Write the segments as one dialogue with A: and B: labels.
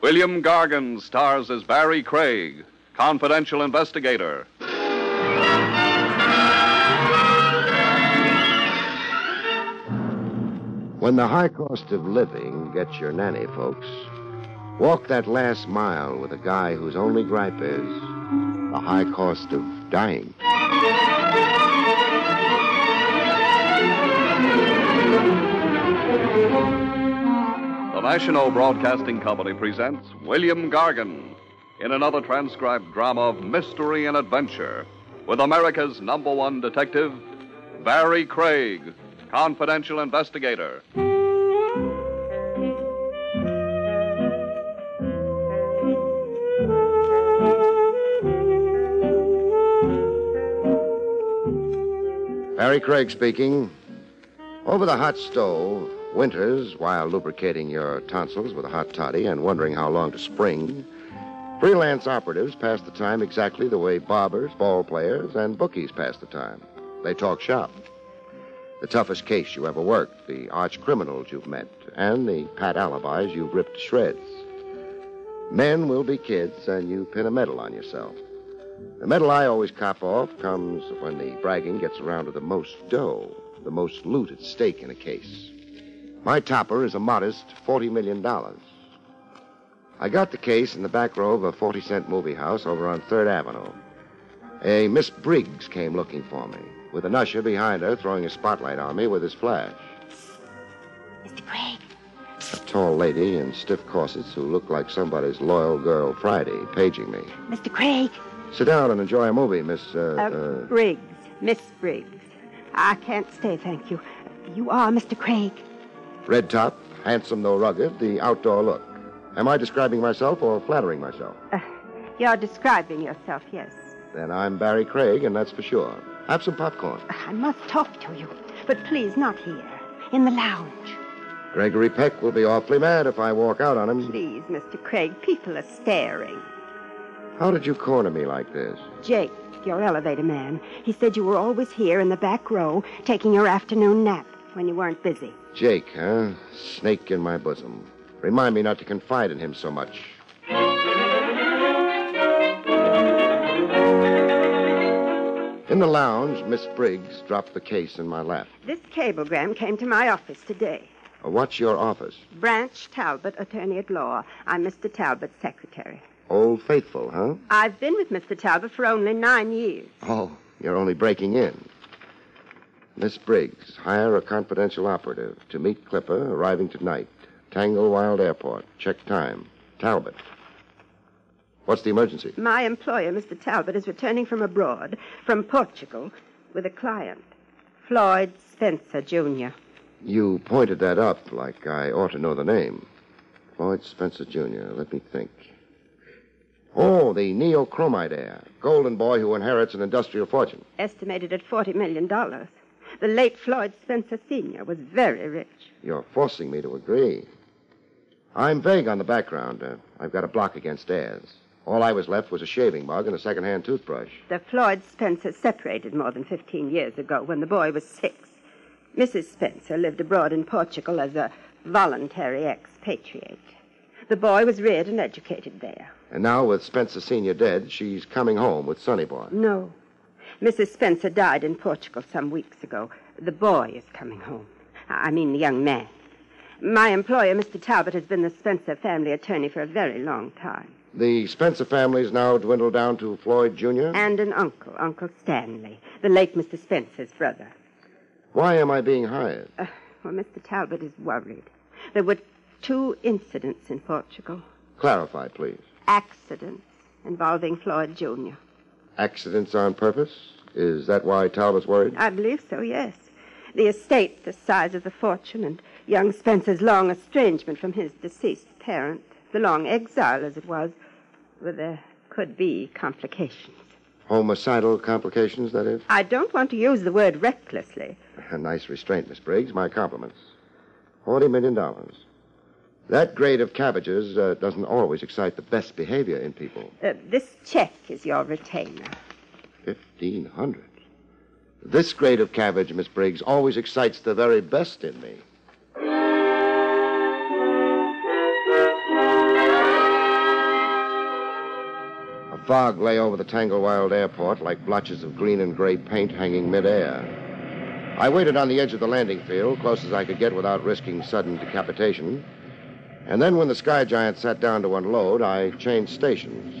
A: William Gargan stars as Barry Craig, confidential investigator.
B: When the high cost of living gets your nanny, folks, walk that last mile with a guy whose only gripe is the high cost of dying.
A: The National Broadcasting Company presents William Gargan in another transcribed drama of mystery and adventure with America's number one detective, Barry Craig, confidential investigator.
B: Barry Craig speaking. Over the hot stove, Winters, while lubricating your tonsils with a hot toddy and wondering how long to spring, freelance operatives pass the time exactly the way barbers, ball players, and bookies pass the time. They talk shop. The toughest case you ever worked, the arch criminals you've met, and the pat alibis you've ripped to shreds. Men will be kids, and you pin a medal on yourself. The medal I always cop off comes when the bragging gets around to the most dough, the most loot at stake in a case. My topper is a modest $40 million. I got the case in the back row of a 40 cent movie house over on 3rd Avenue. A Miss Briggs came looking for me, with an usher behind her throwing a spotlight on me with his flash.
C: Mr. Craig.
B: A tall lady in stiff corsets who looked like somebody's loyal girl Friday paging me.
C: Mr. Craig.
B: Sit down and enjoy a movie, Miss. Uh,
C: Uh,
B: uh,
C: Briggs. Miss Briggs. I can't stay, thank you. You are Mr. Craig.
B: uh, Red top, handsome though rugged, the outdoor look. Am I describing myself or flattering myself?
C: You're describing yourself, yes.
B: Then I'm Barry Craig, and that's for sure. Have some popcorn.
C: I must talk to you, but please not here. In the lounge.
B: Gregory Peck will be awfully mad if I walk out on him.
C: Please, Mr. Craig, people are staring.
B: How did you corner me like this?
C: Jake, your elevator man, he said you were always here in the back row taking your afternoon nap when you weren't busy.
B: Jake, huh? Snake in my bosom. Remind me not to confide in him so much. In the lounge, Miss Briggs dropped the case in my lap. Uh,
C: This cablegram came to my office today.
B: What's your office?
C: Branch Talbot, attorney at law. I'm Mr. Talbot's secretary.
B: Old Faithful, huh?
C: I've been with Mr. Talbot for only nine years.
B: Oh, you're only breaking in. Miss Briggs, hire a confidential operative to meet Clipper arriving tonight. Tangle Wild Airport. Check time. Talbot. What's the emergency?
C: My employer, Mr. Talbot, is returning from abroad, from Portugal, with a client, Floyd Spencer, Jr.
B: You pointed that up like I ought to know the name. Floyd Spencer, Jr. Let me think. Oh, the neochromite heir. Golden boy who inherits an industrial fortune.
C: estimated at $40 million. The late Floyd Spencer, Sr. was very rich.
B: You're forcing me to agree. I'm vague on the background. Uh, I've got a block against heirs. All I was left was a shaving mug and a second-hand toothbrush.
C: The Floyd Spencer separated more than 15 years ago when the boy was six. Mrs. Spencer lived abroad in Portugal as a voluntary expatriate. The boy was reared and educated there.
B: And now, with Spencer Sr. dead, she's coming home with Sonny Boy.
C: No. Mrs. Spencer died in Portugal some weeks ago. The boy is coming home. I mean, the young man. My employer, Mr. Talbot, has been the Spencer family attorney for a very long time.
B: The Spencer family's now dwindled down to Floyd Jr.
C: And an uncle, Uncle Stanley, the late Mr. Spencer's brother.
B: Why am I being hired?
C: Uh, well, Mr. Talbot is worried. There were two incidents in Portugal
B: Clarify, please.
C: accidents involving Floyd Jr.
B: Accidents on purpose? Is that why Talbot's worried?
C: I believe so, yes. The estate, the size of the fortune, and young Spencer's long estrangement from his deceased parent, the long exile as it was, well, there could be complications.
B: Homicidal complications, that is?
C: I don't want to use the word recklessly.
B: A nice restraint, Miss Briggs. My compliments. Forty million dollars. That grade of cabbages uh, doesn't always excite the best behavior in people.
C: Uh, this check is your retainer.
B: Fifteen hundred. This grade of cabbage, Miss Briggs, always excites the very best in me. fog lay over the Tanglewild airport like blotches of green and gray paint hanging midair. I waited on the edge of the landing field, close as I could get without risking sudden decapitation. And then, when the Sky Giant sat down to unload, I changed stations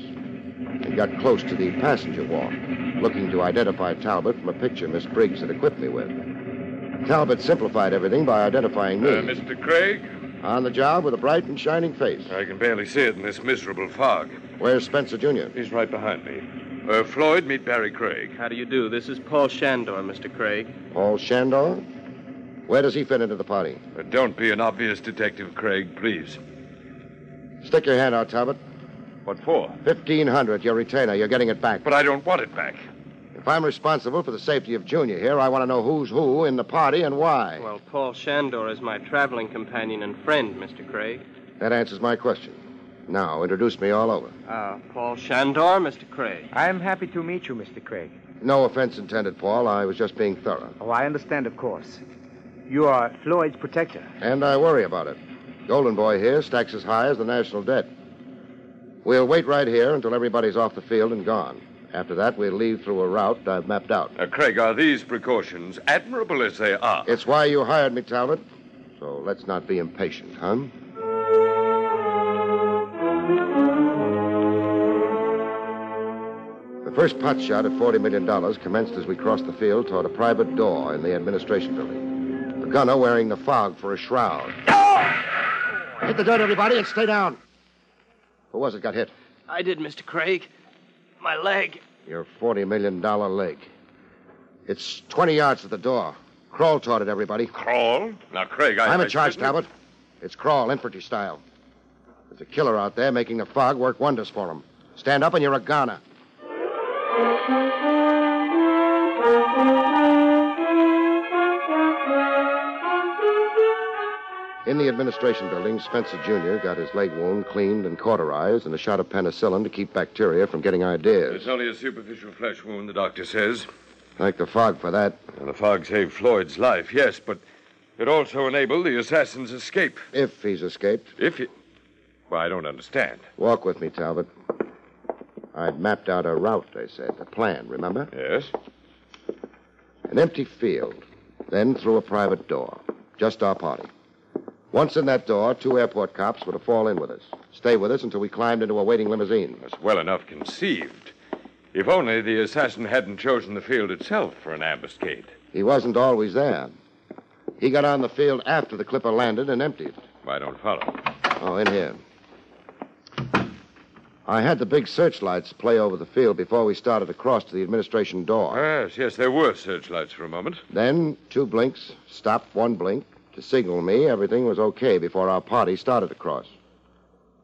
B: and got close to the passenger walk, looking to identify Talbot from a picture Miss Briggs had equipped me with. Talbot simplified everything by identifying me.
D: Uh, Mr. Craig?
B: On the job with a bright and shining face.
D: I can barely see it in this miserable fog.
B: Where's Spencer Jr.?
D: He's right behind me. Uh, Floyd, meet Barry Craig.
E: How do you do? This is Paul Shandor, Mr. Craig.
B: Paul Shandor? Where does he fit into the party?
D: Uh, don't be an obvious detective, Craig, please.
B: Stick your hand out, Talbot.
D: What for?
B: 1500 your retainer. You're getting it back.
D: But I don't want it back.
B: If I'm responsible for the safety of Junior here, I want to know who's who in the party and why.
E: Well, Paul Shandor is my traveling companion and friend, Mr. Craig.
B: that answers my question. Now, introduce me all over.
E: Uh, Paul Shandor, Mr. Craig.
F: I'm happy to meet you, Mr. Craig.
B: No offense intended, Paul. I was just being thorough.
F: Oh, I understand, of course. You are Floyd's protector.
B: And I worry about it. Golden Boy here stacks as high as the national debt. We'll wait right here until everybody's off the field and gone. After that, we'll leave through a route I've mapped out.
D: Uh, Craig, are these precautions admirable as they are?
B: It's why you hired me, Talbot. So let's not be impatient, huh? The first pot shot at $40 million commenced as we crossed the field toward a private door in the administration building. The gunner wearing the fog for a shroud. Hit the dirt, everybody, and stay down. Who was it got hit?
E: I did, Mr. Craig. My leg.
B: Your $40 million leg. It's 20 yards to the door. Crawl toward it, everybody.
D: Crawl? Now, Craig, I.
B: I'm
D: I
B: in charge,
D: shouldn't-
B: Talbot. It's crawl, infantry style. There's a killer out there making the fog work wonders for him. Stand up and you're a goner. In the administration building, Spencer Jr. got his leg wound cleaned and cauterized and a shot of penicillin to keep bacteria from getting ideas.
D: It's only a superficial flesh wound, the doctor says.
B: Thank the fog for that.
D: And the fog saved Floyd's life, yes, but it also enabled the assassin's escape.
B: If he's escaped.
D: If he. Well, I don't understand.
B: Walk with me, Talbot. I'd mapped out a route, I said, a plan, remember?
D: Yes?
B: An empty field, then through a private door. Just our party. Once in that door, two airport cops were to fall in with us, stay with us until we climbed into a waiting limousine.
D: That's well enough conceived. If only the assassin hadn't chosen the field itself for an ambuscade.
B: He wasn't always there. He got on the field after the clipper landed and emptied.
D: I don't follow.
B: Oh, in here. I had the big searchlights play over the field before we started across to the administration door.
D: Yes, yes, there were searchlights for a moment.
B: Then two blinks, stop, one blink, to signal me everything was okay before our party started across.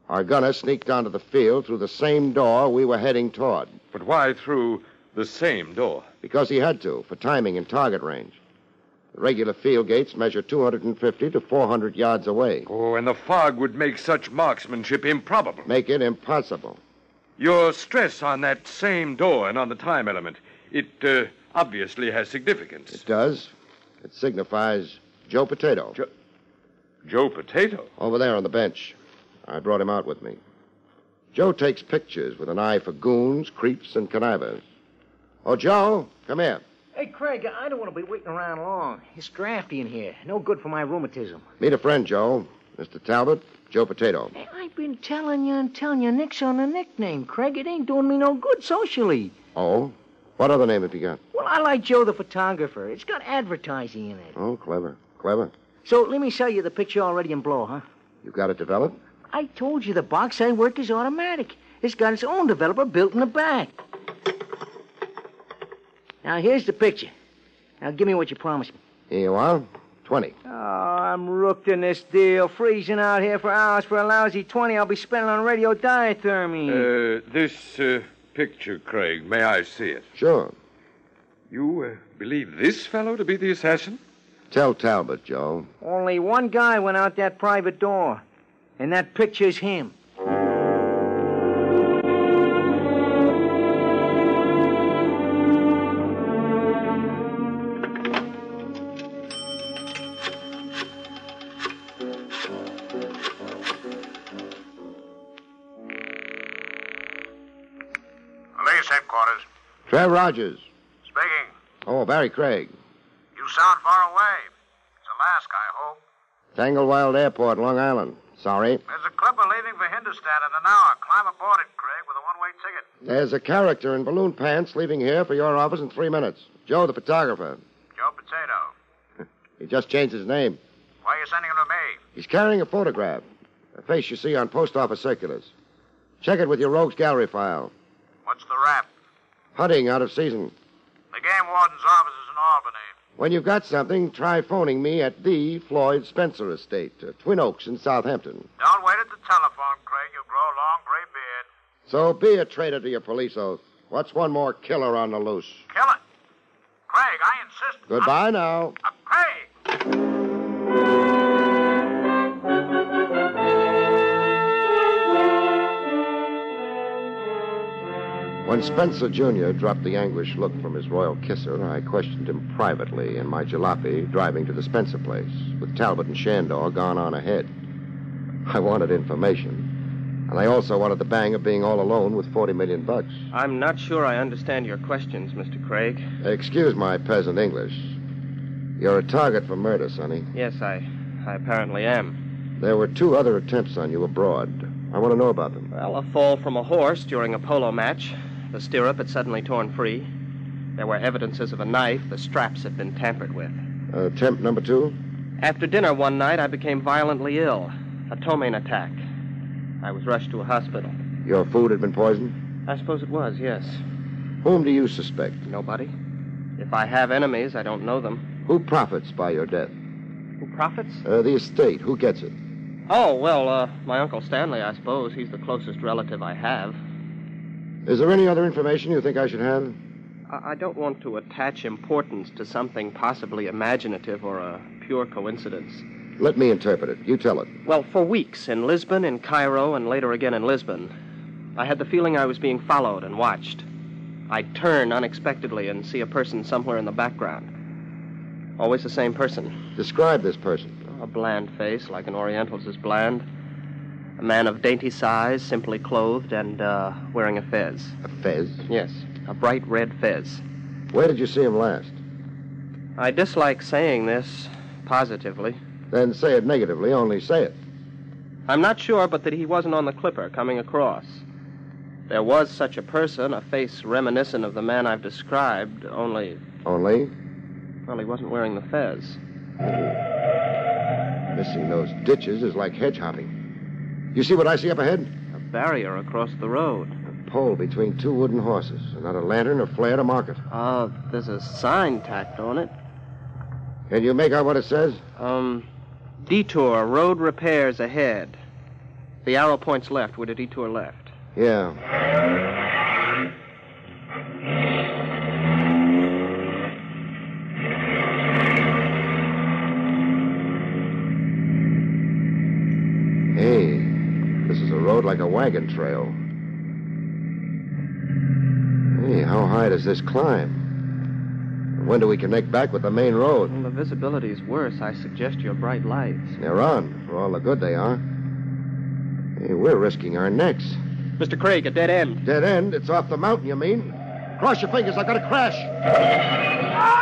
B: Our gunner sneaked onto the field through the same door we were heading toward,
D: But why through the same door?
B: because he had to, for timing and target range. The regular field gates measure 250 to 400 yards away,
D: Oh, and the fog would make such marksmanship improbable.
B: make it impossible.
D: Your stress on that same door and on the time element, it uh, obviously has significance.
B: It does. It signifies Joe Potato.
D: Jo- Joe Potato?
B: Over there on the bench. I brought him out with me. Joe takes pictures with an eye for goons, creeps, and connivers. Oh, Joe, come here.
F: Hey, Craig, I don't want to be waiting around long. It's drafty in here. No good for my rheumatism.
B: Meet a friend, Joe. Mr. Talbot, Joe Potato.
F: I've been telling you and telling you nix on the nickname, Craig. It ain't doing me no good socially.
B: Oh? What other name have you got?
F: Well, I like Joe the photographer. It's got advertising in it.
B: Oh, clever. Clever.
F: So let me sell you the picture already in blow, huh?
B: You got it developed?
F: I told you the box I work is automatic. It's got its own developer built in the back. Now here's the picture. Now give me what you promised me.
B: Here you are. 20.
F: Oh, I'm rooked in this deal. Freezing out here for hours for a lousy 20 I'll be spending on radio diathermy.
D: Uh, this uh, picture, Craig, may I see it?
B: Sure.
D: You uh, believe this fellow to be the assassin?
B: Tell Talbot, Joe.
F: Only one guy went out that private door, and that picture's him.
G: police headquarters.
B: Trev Rogers.
G: Speaking.
B: Oh, Barry Craig.
G: You sound far away. It's Alaska, I hope.
B: Tanglewild Airport, Long Island. Sorry.
G: There's a clipper leaving for Hindustan in an hour. Climb aboard it, Craig, with a one-way ticket.
B: There's a character in balloon pants leaving here for your office in three minutes. Joe, the photographer.
G: Joe Potato.
B: He just changed his name.
G: Why are you sending him to me?
B: He's carrying a photograph, a face you see on post office circulars. Check it with your rogues gallery file.
G: What's the rap?
B: Hunting out of season.
G: The game warden's office is in Albany.
B: When you've got something, try phoning me at the Floyd Spencer Estate, uh, Twin Oaks in Southampton.
G: Don't wait at the telephone, Craig. You'll grow a long gray beard.
B: So be a traitor to your police oath. What's one more killer on the loose?
G: Kill it. Craig, I insist.
B: Goodbye now.
G: Uh, Craig!
B: When Spencer Jr. dropped the anguished look from his royal kisser, I questioned him privately in my jalopy driving to the Spencer place, with Talbot and Shandor gone on ahead. I wanted information, and I also wanted the bang of being all alone with 40 million bucks.
E: I'm not sure I understand your questions, Mr. Craig.
B: Excuse my peasant English. You're a target for murder, Sonny.
E: Yes, I, I apparently am.
B: There were two other attempts on you abroad. I want to know about them.
E: Well, a fall from a horse during a polo match. The stirrup had suddenly torn free. There were evidences of a knife. The straps had been tampered with.
B: Uh, attempt number two?
E: After dinner one night, I became violently ill. A ptomaine attack. I was rushed to a hospital.
B: Your food had been poisoned?
E: I suppose it was, yes.
B: Whom do you suspect?
E: Nobody. If I have enemies, I don't know them.
B: Who profits by your death?
E: Who profits?
B: Uh, the estate. Who gets it?
E: Oh, well, uh, my Uncle Stanley, I suppose. He's the closest relative I have.
B: Is there any other information you think I should have?
E: I, I don't want to attach importance to something possibly imaginative or a pure coincidence.
B: Let me interpret it. You tell it.
E: Well, for weeks in Lisbon, in Cairo, and later again in Lisbon, I had the feeling I was being followed and watched. I'd turn unexpectedly and see a person somewhere in the background. Always the same person.
B: Describe this person.
E: A bland face, like an Oriental's is bland. A man of dainty size, simply clothed and uh, wearing a fez.
B: A fez.
E: Yes, a bright red fez.
B: Where did you see him last?
E: I dislike saying this positively.
B: Then say it negatively, only say it.
E: I'm not sure, but that he wasn't on the clipper coming across. There was such a person, a face reminiscent of the man I've described, only,
B: Only
E: well, he wasn't wearing the fez.
B: missing those ditches is like hedge hopping. You see what I see up ahead?
E: A barrier across the road.
B: A pole between two wooden horses, and not a lantern or flare to mark it.
E: Uh, there's a sign tacked on it.
B: Can you make out what it says?
E: Um, detour, road repairs ahead. The arrow points left. Would a detour left?
B: Yeah. Hey, this is a road like a wagon trail. Hey, how high does this climb? And when do we connect back with the main road?
E: Well, the visibility is worse. I suggest your bright lights.
B: They're on, for all the good they are. Hey, we're risking our necks.
E: Mr. Craig, a dead end.
B: Dead end? It's off the mountain, you mean? Cross your fingers, I've got a crash.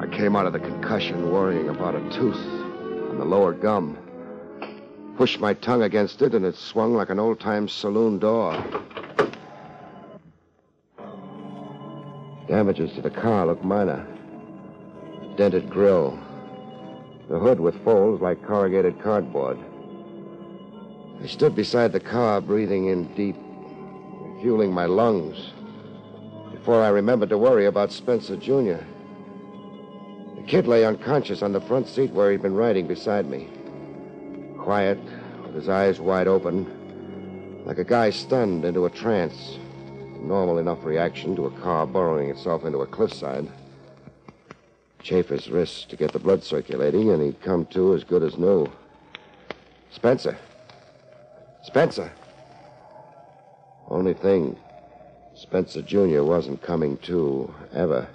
B: I came out of the concussion worrying about a tooth on the lower gum. Pushed my tongue against it, and it swung like an old time saloon door. Damages to the car look minor. Dented grill. The hood with folds like corrugated cardboard. I stood beside the car, breathing in deep, refueling my lungs, before I remembered to worry about Spencer Jr. The kid lay unconscious on the front seat where he'd been riding beside me. Quiet, with his eyes wide open, like a guy stunned into a trance. Normal enough reaction to a car burrowing itself into a cliffside. Chafe his wrists to get the blood circulating, and he'd come to as good as new. Spencer. Spencer. Only thing, Spencer Jr. wasn't coming to, ever.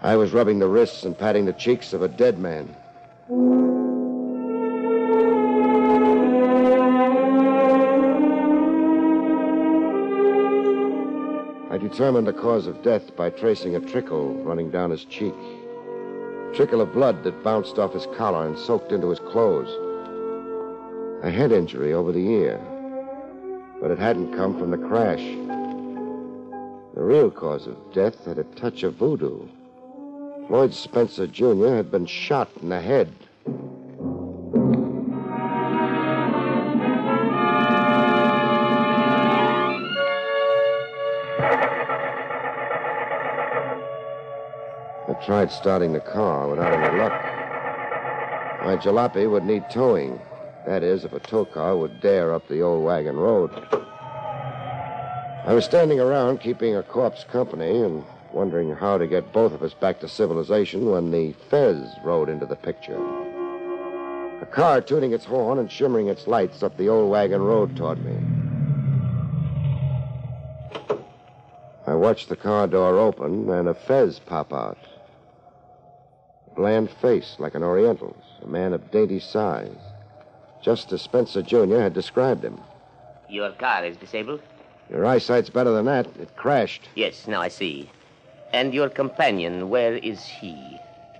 B: I was rubbing the wrists and patting the cheeks of a dead man. determined the cause of death by tracing a trickle running down his cheek. Trickle of blood that bounced off his collar and soaked into his clothes. A head injury over the ear. But it hadn't come from the crash. The real cause of death had a touch of voodoo. Floyd Spencer, Jr. had been shot in the head. I tried starting the car without any luck. My jalopy would need towing. That is, if a tow car would dare up the old wagon road. I was standing around keeping a corpse company and wondering how to get both of us back to civilization when the Fez rode into the picture. A car tooting its horn and shimmering its lights up the old wagon road toward me. I watched the car door open and a fez pop out. A bland face like an Oriental's, a man of dainty size, just as Spencer Jr. had described him.
H: Your car is disabled?
B: Your eyesight's better than that. It crashed,
H: Yes, now I see. And your companion, where is he?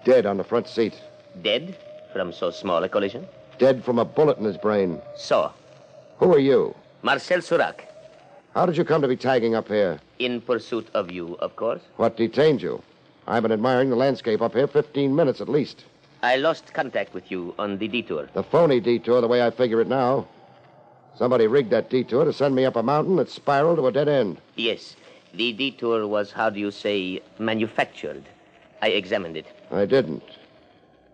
B: dead on the front seat,
H: Dead from so small a collision?
B: dead from a bullet in his brain.
H: So,
B: Who are you?
H: Marcel Surac,
B: How did you come to be tagging up here?
H: in pursuit of you, of course.
B: What detained you? I've been admiring the landscape up here 15 minutes at least.
H: I lost contact with you on the detour.
B: The phony detour, the way I figure it now. Somebody rigged that detour to send me up a mountain that spiraled to a dead end.
H: Yes, the detour was, how do you say, manufactured. I examined it.
B: I didn't.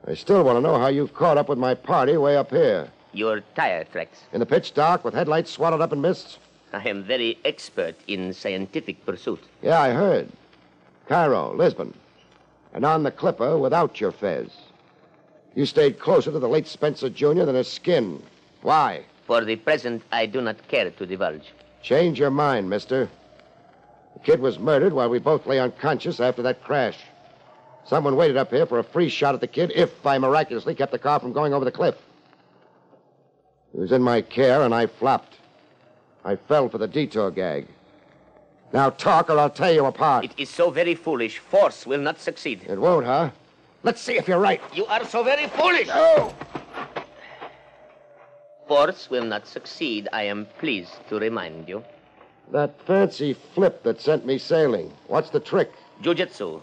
B: I still want to know how you've caught up with my party way up here.
H: Your tire tracks.
B: In the pitch dark with headlights swallowed up in mists?
H: I am very expert in scientific pursuit.
B: Yeah, I heard. Cairo, Lisbon. And on the clipper without your fez. You stayed closer to the late Spencer Jr. than his skin. Why?
H: For the present, I do not care to divulge.
B: Change your mind, mister. The kid was murdered while we both lay unconscious after that crash. Someone waited up here for a free shot at the kid if I miraculously kept the car from going over the cliff. He was in my care and I flopped. I fell for the detour gag. Now talk or I'll tear you apart.
H: It is so very foolish. Force will not succeed.
B: It won't, huh? Let's see if you're right.
H: You are so very foolish.
B: Oh!
H: Force will not succeed, I am pleased to remind you.
B: That fancy flip that sent me sailing. What's the trick?
H: Jiu-Jitsu.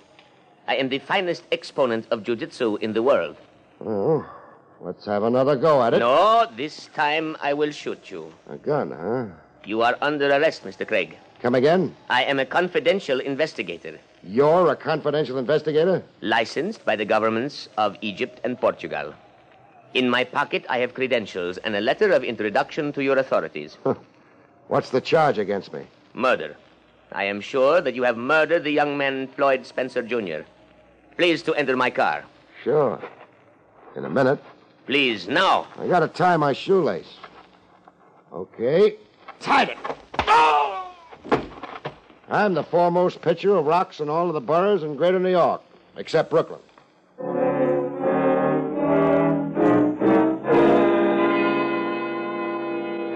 H: I am the finest exponent of Jiu-Jitsu in the world.
B: Well, Oh, let's have another go at it.
H: No, this time I will shoot you.
B: A gun, huh?
H: You are under arrest, Mr. Craig.
B: Come again?
H: I am a confidential investigator,
B: You're a confidential investigator?
H: licensed by the governments of Egypt and Portugal. In my pocket, I have credentials and a letter of introduction to your authorities.
B: What's the charge against me?
H: Murder. I am sure that you have murdered the young man Floyd Spencer, Jr. Please to enter my car.
B: Sure. In a minute.
H: Please, now.
B: I gotta tie my shoelace. Okay. Oh!
H: Tied it.
B: I'm the foremost pitcher of rocks in all of the boroughs in greater New York, except Brooklyn.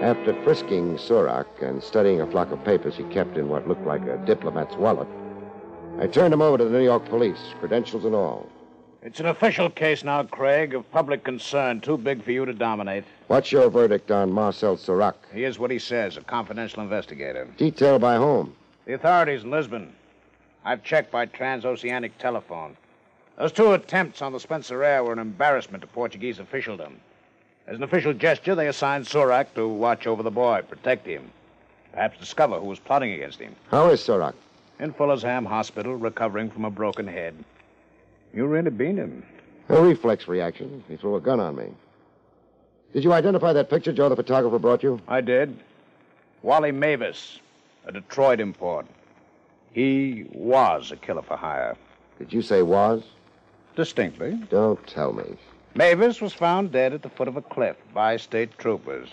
B: After frisking Surak and studying a flock of papers he kept in what looked like a diplomat's wallet, I turned him over to the New York police, credentials and all.
G: It's an official case now, Craig, of public concern, too big for you to dominate.
B: What's your verdict on Marcel Surak?
G: Here's what he says a confidential investigator.
B: Detail by whom?
G: The authorities in Lisbon. I've checked by transoceanic telephone. Those two attempts on the Spencer Air were an embarrassment to Portuguese officialdom. As an official gesture, they assigned Sorak to watch over the boy, protect him, perhaps discover who was plotting against him.
B: How is Surak?
G: In Fullersham Hospital, recovering from a broken head. You really beat him.
B: A reflex reaction. He threw a gun on me. Did you identify that picture Joe the photographer brought you?
G: I did. Wally Mavis, a Detroit import. He was a killer for hire.
B: Did you say was?
G: Distinctly.
B: Don't tell me.
G: Mavis was found dead at the foot of a cliff by state troopers.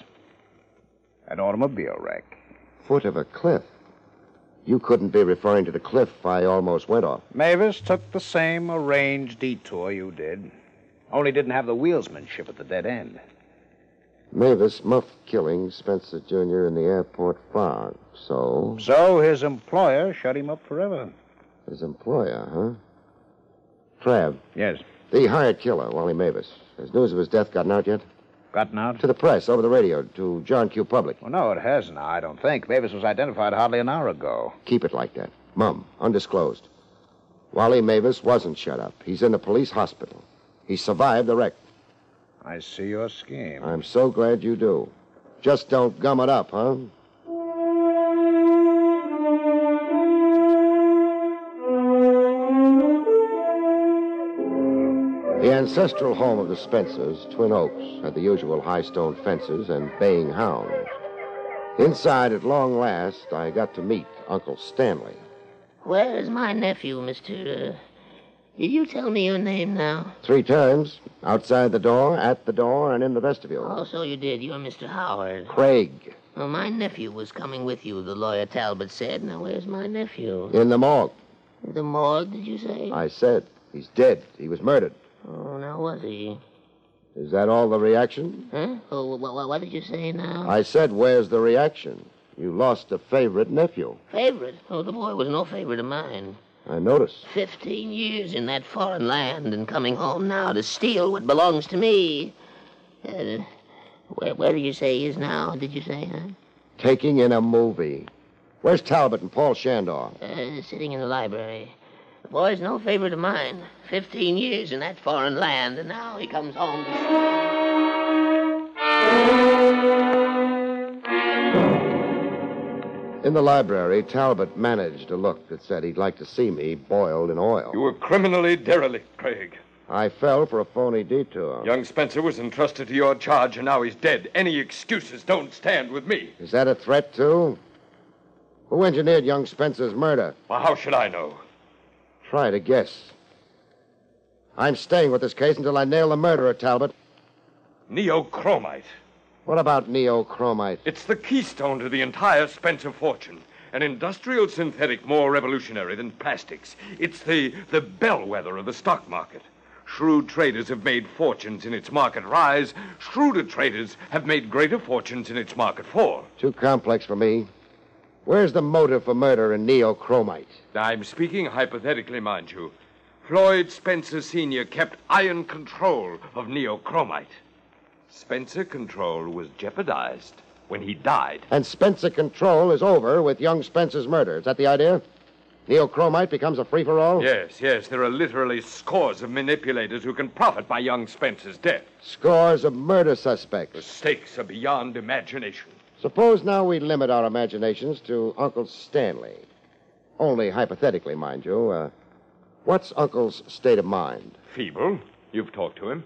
G: An automobile wreck.
B: Foot of a cliff. You couldn't be referring to the cliff I almost went off.
G: Mavis took the same arranged detour you did, only didn't have the wheelsmanship at the dead end.
B: Mavis muffed killing Spencer Jr. in the airport fog. So,
G: So his employer shut him up forever.
B: his employer, huh? Trav,
G: Yes.
B: the hired killer, Wally Mavis. Has news of his death gotten out yet?
G: Gotten out?
B: To the press, over the radio, to John Q. Public.
G: Well, no, it hasn't, I don't think. Mavis was identified hardly an hour ago.
B: Keep it like that. Mum, undisclosed. Wally Mavis wasn't shut up. He's in the police hospital. He survived the wreck.
G: I see your scheme.
B: I'm so glad you do. Just don't gum it up, huh? The ancestral home of the Spencers, Twin Oaks, had the usual high stone fences and baying hounds. Inside, at long last, I got to meet Uncle Stanley.
I: Where is my nephew, Mr. Uh, did you tell me your name now?
B: Three times outside the door, at the door, and in the vestibule.
I: Oh, so you did. You're Mr. Howard.
B: Craig,
I: Well, my nephew was coming with you, the lawyer Talbot said. Now, where's my nephew?
B: in the morgue.
I: The morgue, did you say?
B: I said, he's dead. He was murdered.
I: Oh, now, was he?
B: Is that all the reaction?
I: Huh? Oh, wh- wh- what did you say now?
B: I said, where's the reaction? You lost a favorite nephew.
I: Favorite? Oh, the boy was no favorite of mine.
B: I noticed.
I: Fifteen years in that foreign land and coming home now to steal what belongs to me. Uh, where, where do you say he is now, did you say, huh?
B: Taking in a movie. Where's Talbot and Paul Shandor?
I: Uh, sitting in the library. The boy's no favorite of mine. Fifteen years in that foreign land, and now he comes home. To...
B: In the library, Talbot managed a look that said he'd like to see me boiled in oil.
D: You were criminally derelict, Craig.
B: I fell for a phony detour.
D: Young Spencer was entrusted to your charge, and now he's dead. Any excuses don't stand with me.
B: Is that a threat, too? Who engineered young Spencer's murder?
D: Well, how should I know?
B: Try to guess. I'm staying with this case until I nail the murderer, Talbot.
D: Neochromite.
B: What about neochromite?
D: It's the keystone to the entire Spencer fortune. An industrial synthetic more revolutionary than plastics. It's the, the bellwether of the stock market. Shrewd traders have made fortunes in its market rise. Shrewder traders have made greater fortunes in its market fall.
B: Too complex for me. Where's the motive for murder in neochromite?
D: I'm speaking hypothetically, mind you. Floyd Spencer Sr. kept iron control of neochromite. Spencer control was jeopardized when he died.
B: And Spencer control is over with young Spencer's murder. Is that the idea? Neochromite becomes a free for all?
D: Yes, yes, there are literally scores of manipulators who can profit by young Spencer's death.
B: Scores of murder
D: The
B: suspects.
D: stakes are beyond imagination.
B: Suppose now we limit our imaginations to Uncle Stanley. Only hypothetically, mind you. Uh, what's Uncle's state of mind?
D: Feeble, you've talked to him.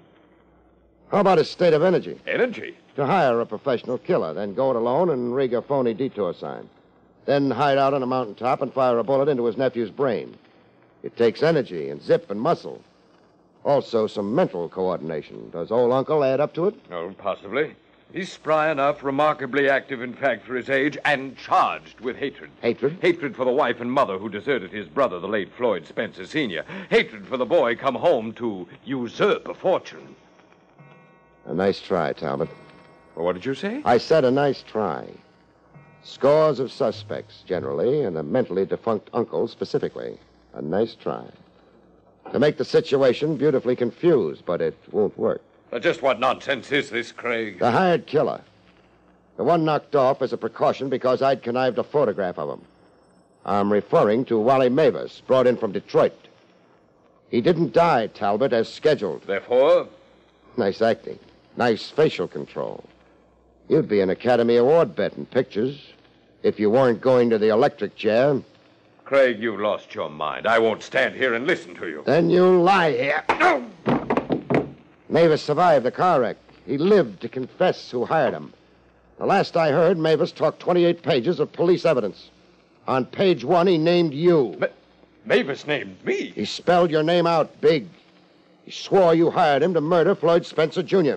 B: How about his state of energy?
D: Energy.
B: To hire a professional killer, then go it alone and rig a phony detour sign. Then hide out on a mountaintop and fire a bullet into his nephew's brain. It takes energy and zip and muscle. Also, some mental coordination. Does old uncle add up to it?
D: Oh, possibly. He's spry enough, remarkably active, in fact, for his age, and charged with hatred.
B: Hatred?
D: Hatred for the wife and mother who deserted his brother, the late Floyd Spencer Sr. Hatred for the boy come home to usurp a fortune.
B: A nice try, Talbot.
D: Well, what did you say?
B: I said a nice try. Scores of suspects, generally, and a mentally defunct uncle specifically. A nice try. To make the situation beautifully confused, but it won't work.
D: Now, Uh, just what nonsense is this, Craig?
B: The hired killer. The one knocked off as a precaution because I'd connived a photograph of him. I'm referring to Wally Mavis, brought in from Detroit. He didn't die, Talbot, as scheduled.
D: Therefore,
B: Nice acting. Nice facial control. You'd be an Academy Award bet in pictures if you weren't going to the electric chair.
D: Craig, you've lost your mind. I won't stand here and listen to you.
B: Then you lie here. Mavis survived the car wreck. He lived to confess who hired him. The last I heard, Mavis talked 28 pages of police evidence. On page one, he named you.
D: Ma- Mavis named me.
B: He spelled your name out big. He swore you hired him to murder Floyd Spencer Jr.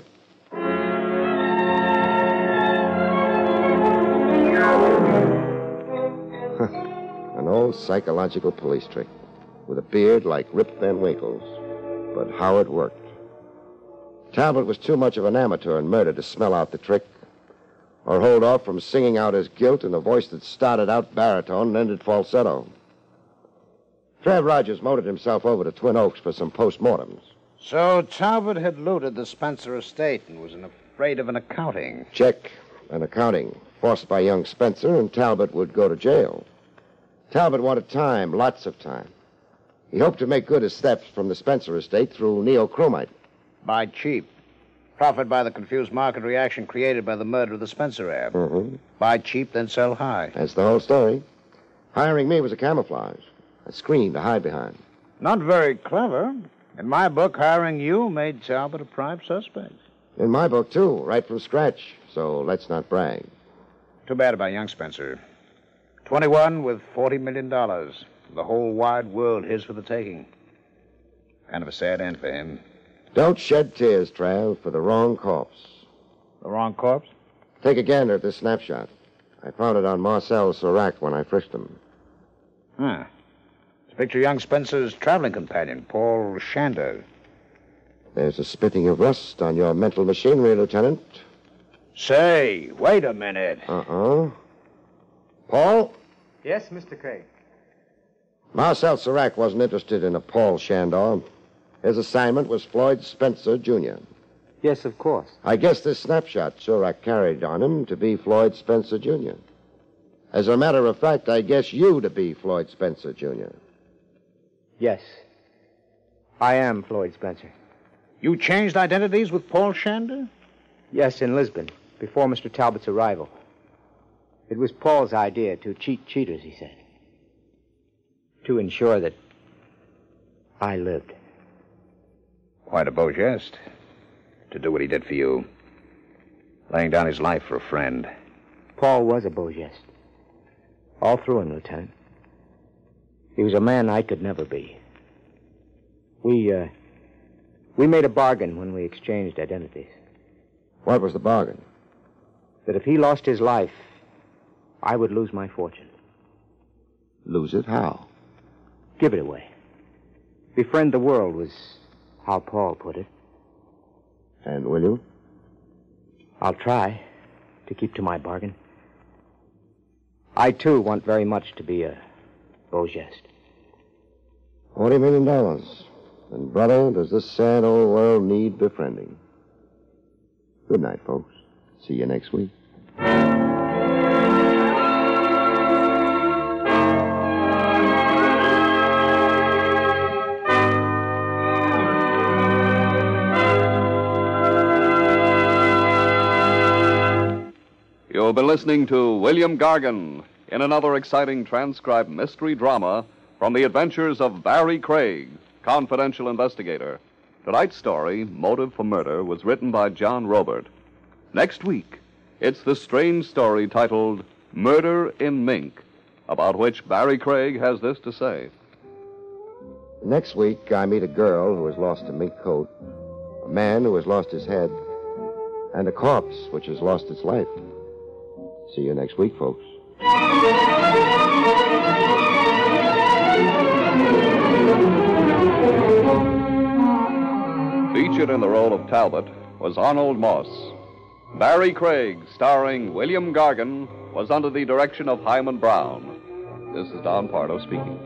B: An old psychological police trick with a beard like Rip Van Winkle's. But how it worked. Talbot was too much of an amateur in murder to smell out the trick or hold off from singing out his guilt in a voice that started out baritone and ended falsetto. Trev Rogers motored himself over to Twin Oaks for some postmortems.
G: So Talbot had looted the Spencer estate and was an- afraid of an accounting.
B: Check and accounting, forced by young Spencer, and Talbot would go to jail. Talbot wanted time, lots of time. He hoped to make good his thefts from the Spencer estate through neochromite.
G: Buy cheap. Profit by the confused market reaction created by the murder of the Spencer heir.
B: Mm-hmm.
G: Buy cheap, then sell high.
B: That's the whole story. Hiring me was a camouflage, a screen to hide behind.
G: Not very clever. In my book, hiring you made Talbot a prime suspect.
B: In my book, too, right from scratch, so let's not brag.
G: Too bad about young Spencer. 21 with $40 million. The whole wide world his for the taking. Kind of a sad end for him.
B: Don't shed tears, Trav, for the wrong corpse.
G: The wrong corpse?
B: Take a gander at this snapshot. I found it on Marcel Serac when I frisked him.
G: Huh. It's a picture of young Spencer's traveling companion, Paul Shander.
B: There's a spitting of rust on your mental machinery, Lieutenant.
G: Say, wait a minute.
B: Uh-uh. Paul?
J: Yes, Mr. Craig.
B: Marcel Serac wasn't interested in a Paul Shandor. His assignment was Floyd Spencer, Jr.
J: Yes, of course.
B: I guess this snapshot Serac carried on him to be Floyd Spencer, Jr. As a matter of fact, I guess you to be Floyd Spencer, Jr.
J: Yes. I am Floyd Spencer.
G: You changed identities with Paul Shander?
J: Yes, in Lisbon, before Mr. Talbot's arrival. It was Paul's idea to cheat cheaters, he said. To ensure that I lived.
G: Quite a beau jest. To do what he did for you. Laying down his life for a friend.
J: Paul was a beau jest. All through him, Lieutenant. He was a man I could never be. We, uh, we made a bargain when we exchanged identities.
B: What was the bargain?
J: That if he lost his life, I would lose my fortune.
B: Lose it how?
J: Give it away. Befriend the world was how Paul put it.
B: And will you?
J: I'll try to keep to my bargain. I, too, want very much to be a beau jest.
B: Forty million dollars. And, brother, does this sad old world need befriending? Good night, folks. See you next week.
A: You've been listening to William Gargan in another exciting transcribed mystery drama from the adventures of Barry Craig, confidential investigator. Tonight's story, Motive for Murder, was written by John Robert. Next week, it's the strange story titled Murder in Mink, about which Barry Craig has this to say.
B: Next week, I meet a girl who has lost a mink coat, a man who has lost his head, and a corpse which has lost its life. See you next week, folks.
A: Featured in the role of Talbot was Arnold Moss. Barry Craig, starring William Gargan, was under the direction of Hyman Brown. This is Don Pardo speaking.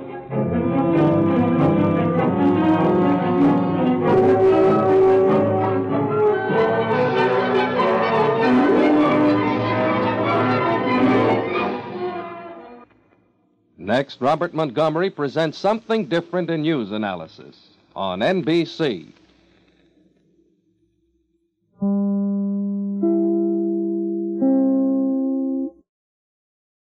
K: Next, Robert Montgomery presents something different in news analysis on NBC.